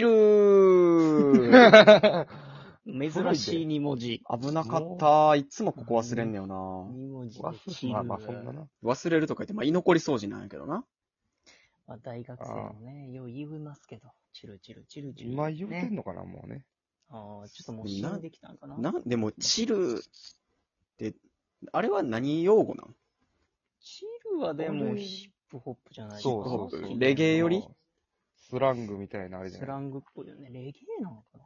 ル 珍しい二文字。危なかった。いつもここ忘れんねよな。二文字わでチル。まあまあ、そんなな。忘れるとか言って、まあ、居残り掃除なんやけどな。まあ大学生もね、よう言いますけど、チルチルチルチル。今言うてんね、のかな、もうね。ああ、ちょっともう死んできたんかな。なんでも、チルって、あれは何用語なんチルはでこもれヒップホップじゃないですか。そうそうヒップホそッう。プレゲエよりスラングみたいなあれじゃスないラングっぽいよね。レゲエなのかな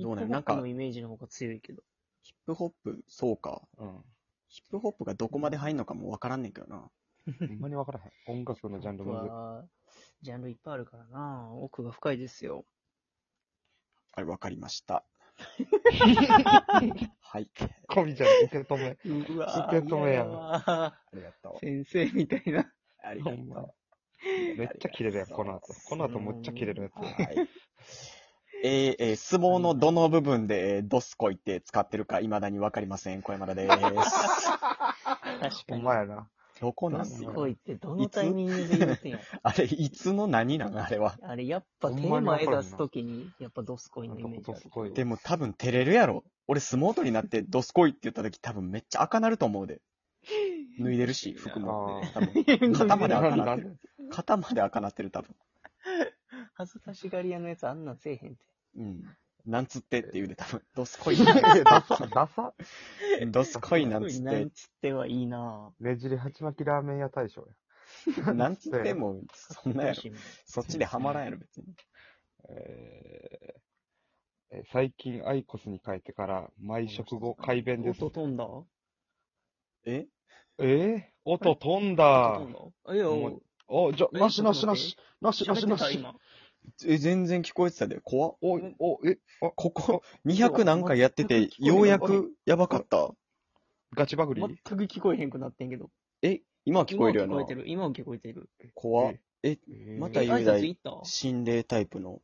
どうなヒのップホなッんプかのイメージの方が強いけど。ヒップホップ、そうか。うん。ヒップホップがどこまで入んのかもわからんねんけどな。ほんまにわからへん。音楽のジャンルヒップホップもはジャンルいっぱいあるからな。奥が深いですよ。あれ、わかりま した。はい。コミちゃんの受け止め。うわー受け止めやん嫌だありがとう。先生みたいな。ありがとほんまう。めっちゃ切れるやん、この後。この後めっちゃ切れるやつ。はい。えーえー相撲のどの部分で、えードスコイって使ってるか、未だにわかりません。小山田です。確ほんかに。まやな。どこなどんすだごいってどのタイミングで言うてんや。あれ、いつの何なのあれは。あれ、やっぱテほーんまマに絵わかるな出すときに、やっぱドスコイのイメージある。ごいでも多分照れるやろ。俺、相撲取りになって、ドスコイって言った時多分めっちゃ赤なると思うで。脱いでるし、服も。あ多分。 肩まで赤ななっんてでる。肩まで赤なってる、多分。恥ずかしがり屋のやつあんなんせえへんて。うん。なんつってって言うで、多分。ドスコイ。 ダサ、ダサ。ドスコイなんつっなんて。つってはいいなねじり鉢巻きラーメン屋大賞や。なんつっても、そんなやろ。そっちでハマらんやろ、別に。えーえー最近アイコスに変えてから毎食後改便です音。飛んだ音ええー、音飛んだ飛。んだいや、もうお、じゃ、なしなしなし。なしなし喋なってたし。今。え、全然聞こえてたで、怖っおい、お、え、あ、ここ、200何回やってて、ようやくやばかった。ガチバグリ全く聞こえへんくなってんけど。え、今は聞こえるよ今はな聞こえて。る。今は聞こえてる。怖っ。え、またえ言挨うだ拶い行った心霊タイプの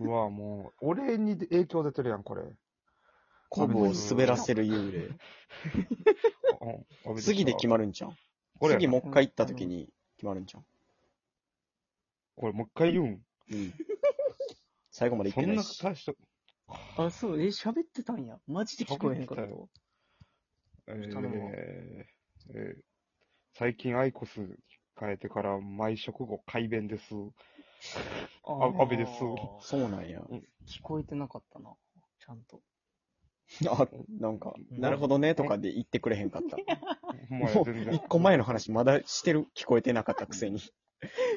うわ、もう、俺に影響出てるやん、これ。コブを滑らせる幽霊。次で決ままるんじゃん。これや次なもう一回行った時に決まるんじゃん。これもう一回言うん。うん。最後まで行そってんなないし。大した、あ、そう、え、喋ってたんや。マジで聞こえへんかった喋ってたわ。えー頼むわえー最近アイコス変えてから毎食後改便です。あーあ安倍ですそうなんや。聞こえてなかったな。ちゃんと。あ、なんか、なるほどね、とかで言ってくれへんかった。ほんまやもう、全然一個前の話まだしてる。聞こえてなかったくせに。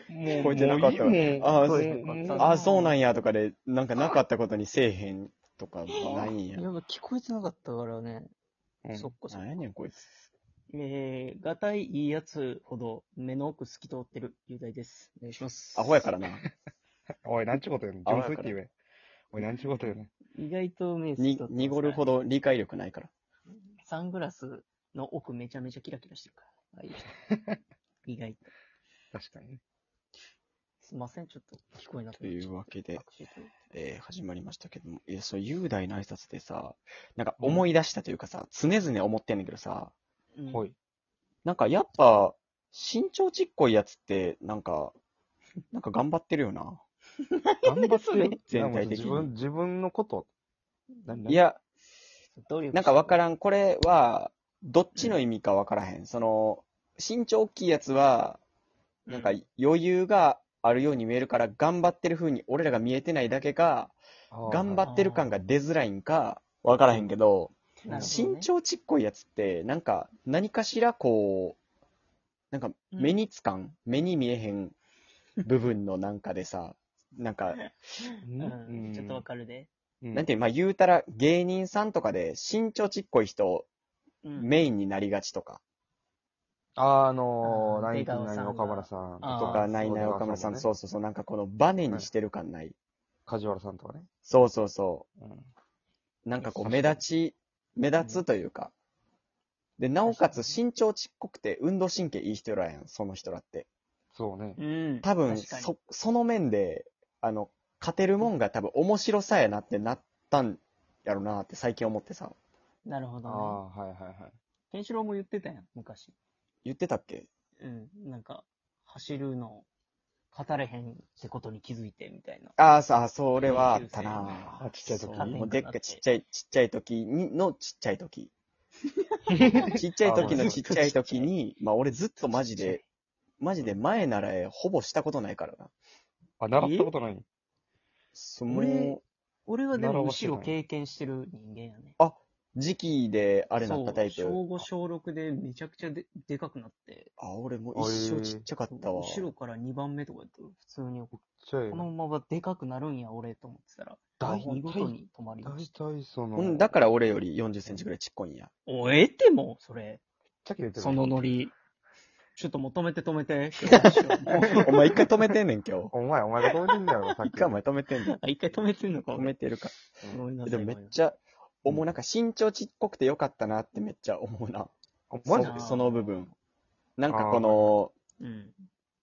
聞こえてなかったもういいもうあーもうそうもうああ、そうなんや、とかで、なんかなかったことにせえへんとかないんいやや、。聞こえてなかったからね。うんそっかそなんっかや。ねん、こいつ。えー、がたいいいやつほど目の奥透き通ってる雄大です。お願いします。アホやからな。おい、なんちゅうことやねん。あ純粋って言え。おい、なんちゅうことやねん。意外と目透きに通って、濁るほどど。理解力ないから。サングラスの奥めちゃめちゃキラキラして るから。ああいう人意外と。確かにね。すいません、ちょっと聞こえなくというわけで握、手というえー始まりましたけども、いや、そう、雄大の挨拶でさ、なんか思い出したというかさ、常々思ってんねんけどさ、うんほい。なんかやっぱ、身長ちっこいやつって、なんか、なんか頑張ってるよな。頑張ってそれる全体的に自分、自分のこと。何い、や、努力なんかわかららん。これは、どっちの意味かわからへん。その、身長大きいやつは、なんか余裕があるように見えるから、頑張ってる風に俺らが見えてないだけか、頑張て。ってる感が出づらいんか、わからへんけど、なるほどね身長ちっこいやつって、なんか、何かしらこう、なんか、目につかん、目に見えへん部分のなんかでさ、なんか、うん、ちょっとわかるで。るなんていう、まあ言うたら、芸人さんとかで身長ちっこい人、うんメインになりがちとか、あー、あのー、あーナイン出ティ川ナインさんがの岡村さんあーととか、ないないそう岡村さん、そそううそうそう、なんかこのバネにしてる感ない。梶原さんとかね。そうそうそうんう。なんかこう、目確かに立ち、目立つというか。で、なおかつ身長ちっこくて、運動神経いい人らやん、その人らって。そうね。うん。多分確かにそ、その面で、あの、勝てるもんが多分面白さやなってなったんやろなって最近思ってさ、なるほあど、あね。ー、はいはいはい。ケンシロウも言ってたやん、昔。言ってたっけうん。なんか、走るの、語れへんってことに気づいて、みたいな。あーさあ、それはあったなあちっちゃい時そうもう縦でっになかってちっちゃい、ちっちゃい時にのちっちゃい 時。ちっちゃい時のちっちゃい時に、まあ俺ずっとマジで、マジで前ならえほぼしたことないからな。あ、習ったことない。そ俺の俺はでも習むわせしないろ経験してる人間やね。時期であれなったタイプそう。小5、小6でめちゃくちゃででかくなって、あ、俺もう一生ちっちゃかったわ。後ろから2番目とかやったら普通に、こちっちゃいのままでかくなるんや、俺と思ってたら、大体見事に止まりま大した。体その、うん、だから俺より40センチぐらいちっこいんや。おえても、それ。ちっちゃけ出てるそのノリ。ちょっともう止めて止めて。 もお前一回止めてんねん、今日。お前、お前がどう言うんだろ、さっ一き。回お前止めてんねん。う一回止めてんのか、止俺めてるか。ごめんなさでい。もめっゃ。ちゃ、おもうなんか身長ちっこくてよかったなってめっちゃ思うな。お前ジそでその部分。なんかこの、うん。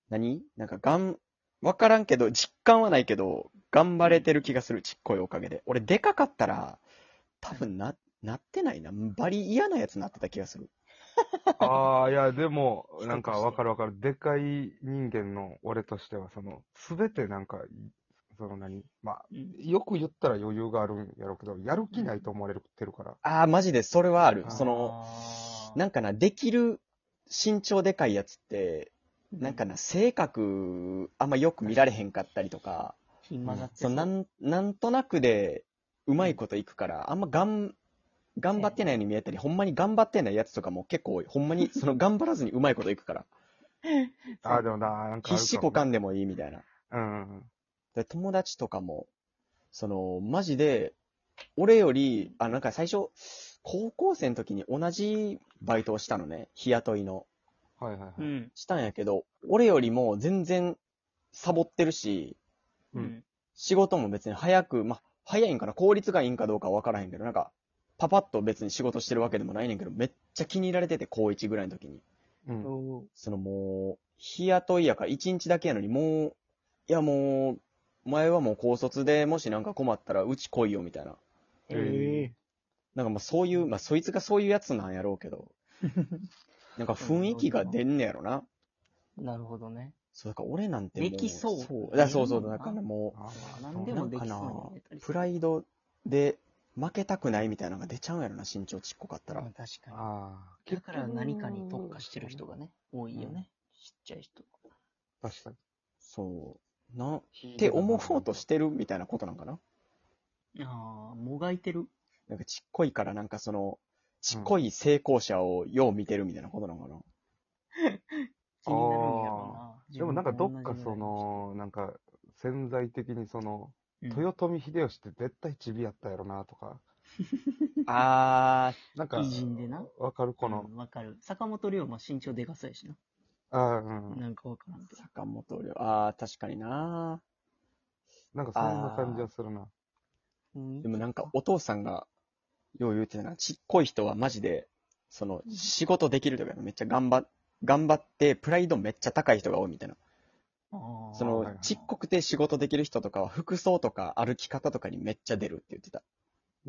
何なんかがん、わからんけど、実感はないけど、頑張れてる気がする、ちっこいおかげで。俺でかかったら、多分な、なってないな。バリ嫌なやつになってた気がする。ああ、いや、でも、なんかわかるわかる。でかい人間の俺としては、その、すべてなんか、その何、まあ、うんよく言ったら余裕があるんやろうけど、やる気ないと思われてるから。ああ、マジで、それはある。あーその、あーなんかな、できる、身長でかいやつって、うなんかな、性格、あんまよく見られへんかったりとか、ひん混ざってそのなん、なんとなくで、うまいこといくから、あんまがん、頑張ってないように見えたり、ほんまに頑張ってないやつとかも結構多い、ほんま に、その頑張らずにうまいこといくから、ああ、でもな、なんかあるかもな。必死こかんでもいいみたいな。うんうん。で友達とかも、その、マジで、俺より、あ、なんか最初、高校生の時に同じバイトをしたのね、日雇いの。はいはいはい。うん。したんやけど、俺よりも全然サボってるし、ううんん。仕事も別に早く、まあ、早いんかな、効率がいいんかどうかは分からへんけど、なんか、パパッと別に仕事してるわけでもないねんけど、めっちゃ気に入られてて、高1ぐらいの時に。うんおーそのもう、日雇いやから1日だけやのに、もう、いやもう、前はもう高卒でもしなんか困ったら、うち来いよ、みたいな。ええなんかまあそういう、まあそいつがそういうやつなんやろうけ ど、なんか雰囲気が出んねやろな。ーなるほどね。そう、だから俺なんてもう。できそうそう。だそうそう、だからもう、あーなんでなもんかきなそうに見えたりすプるライドで負けたくないみたいなのが出ちゃうんやろな、身長ちっこかったら。うん確かに。ああ、だから何かに特化してる人がね、多いよね。ちっちゃい人。確かに。そう。な、って思おうとしてるみたいなことなんかな。ああ、もがいてる。なんかちっこいからなんかその、ちっこい成功者をよう見てるみたいなことなのかな。気になるんやろな。でもなんかどっか自そ分と同じぐらいのの、なんか潜在的にその、人、豊臣秀吉って絶対チビやったやろなとか、あなんか、偉人でなわかるこうのん、わかる。坂本龍馬身長でかそうやしな。ああうん。なんかわからんけー、ど。坂本龍。あー、確かにな。なんかそんな感じはするな。うんでもなんかお父さんがよう言うてたな。ちっこい人はマジで、その、仕事できるとかめっちゃ頑張っ、頑張って、プライドめっちゃ高い人が多いみたいな。あーそはいのはい、ちっこくて仕事できる人とかは、服装とか歩き方とかにめっちゃ出るって言ってた。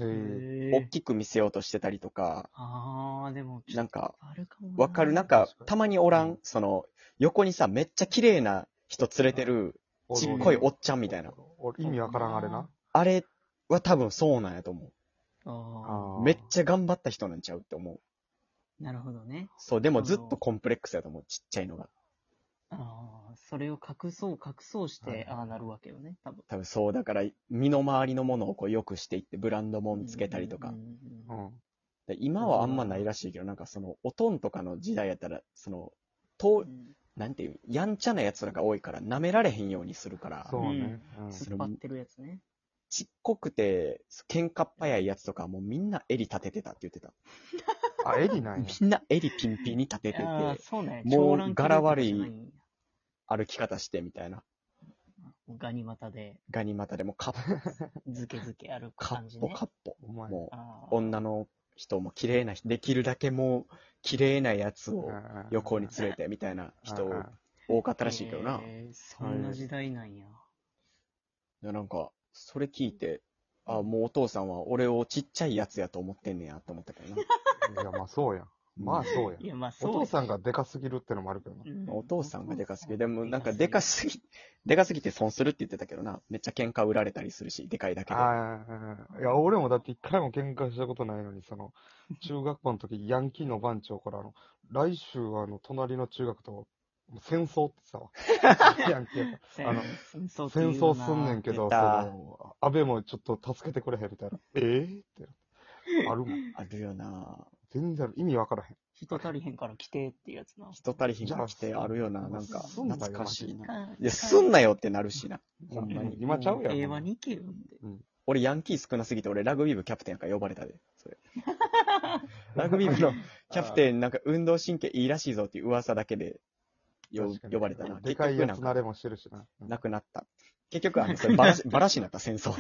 ええへ大ーきく見せようとしてたりとか、ああ、でも、なんか、あるかもな。わかるなんか確か、にたまにおらうんんその、横にさ、めっちゃ綺麗な人連れてる、俺ちっ俺こいおっちゃんみたいな。俺意味わからんあれな。あれは多分そうなんやと思あう。めっゃ。ちゃ頑張った人なんちゃうって思う。あ、なるほどね。そう、でもずっあとのコンプレックスやと思う、ちっちゃいのが。ああ、それを隠そう隠そうして、はいはいああなるわけよね、多分。多分そう、だから、身の回りのものをこう良くしていって、ブランドもんつけたりとかうん。うんううんん。で今はあんまないらしいけど、なんかその、おとんとかの時代やったら、その、とうんなんていう、やんちゃなやつらが多いから、舐められへんようにするから、そうね。うんそ突っ張ってるやつね。ちっこくて、喧嘩っ早いやつとか、もうみんな襟立ててたって言ってた。あ、エリなんや。みんな襟ピンピンに立ててて、ああ、そうなんや。もう長蘭切れとかじゃないんや歩き方してみたいな。ガニ股で、ガニ股でもカッ、ずけずけ歩くカ感ッじポね。カッポ。お前。もあう、女の人も綺麗な人、できるだけもう、綺麗なやつをうん横に連れてみたいな人多かったらしいけどな。へえそんな時代なんや。でなんか、それ聞いて、あ、もうお父さんは俺をちっちゃいやつやと思ってんねやと思ったけどな。いや、まあそうや。まあそうやい。や、まあ、そおうや父さんがでかすぎるってのもあるけどな。うんお父さんがでかすぎる。でも、なんか ででかすすぎ、でかすぎて損するって言ってたけどな。めっちゃ喧嘩売られたりするし、でかいだけで。ああ、いや、俺もだって一回も喧嘩したことないのに、その、中学校の時、ヤンキーの番長から、あの、来週はあの、隣の中学と、もう戦争ってさ、ヤンキーやか戦あのら争っていう戦よ争なすんねんけど、出たその、安倍もちょっと助けてくれへんみた いな。ええって。あるもん。あるよな全然ある意味わからへん。人足りへんから来てってやつな。人足りひんが来てあるよな。なんか、すんな懐よかしいな。あいや、すんなよってなるしな。ほんまうんに。今ちゃうやん。平和に行けよって。俺ヤンキー少なすぎて、俺ラグビー部キャプテンやから呼ばれたで。それラグビー部のキャプテンなんか運動神経いいらしいぞっていう噂だけでよ確かに呼ばれたな。で結かい局やなんつ慣かれもしてるしな。なくなった。結局あの、それバ ラシ、バラシになった戦争。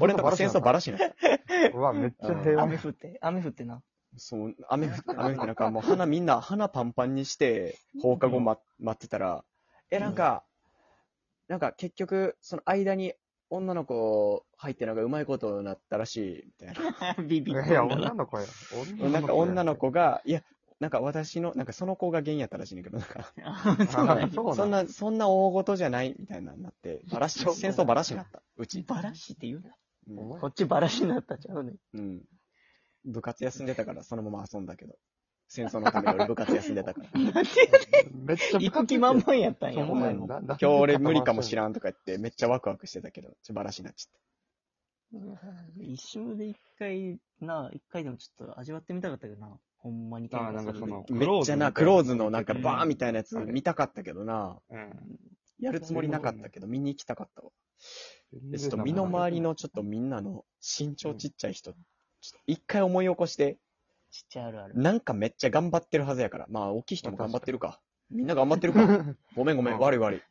俺のとこ戦争バララシになった。うわ、めっちゃ平和。雨降って、雨降ってな。そう、雨降って、雨降ってなんか もう花みんな、花パンパンにして放課後、ま、待ってたら、え、なんか、なんか結局、その間に女の子入ってなんかうまいことになったらしい、みたい な。 ビビいったや、んだ女な。の子や。なんか女のや。子が、いや、なんか私の、なんかその子が原因やったらしいねんだけど、なんか、あそうなんやあそうそんなん。な、そんな大事じゃないみたいなのになって、バラシ、戦争バラシになった、うち。バラシって言うな。うんお前こっちバラシになったんちゃ うね。うん。部活休んでたから、そのまま遊んだけど。戦争のために俺部活休んでたから。 めっちゃ行く気満々やったんそや、うお前も。なんだ今日俺無理かもしん。らんとか言って、めっちゃワクワクしてたけど、ちょ、バラシになっちゃっ一生で一回な、一回でもちょっと味わってみたかったけどな。ほんまにあなんかそのた。めっちゃな、ククロローーズズののなんかバーンみたいなやつうん見たかったけどな。うんやるつもりなかったけど、見に行きたかったわ。でちょっと身の回りのちょっとみんなの身長ちっちゃい人、ちょっと一回思い起こして、ちっちゃいあるある。なんかめっちゃ頑張ってるはずやから。まあ、大きい人も頑張ってるか。みんな頑張ってるか。ごめんごめん、悪い悪い。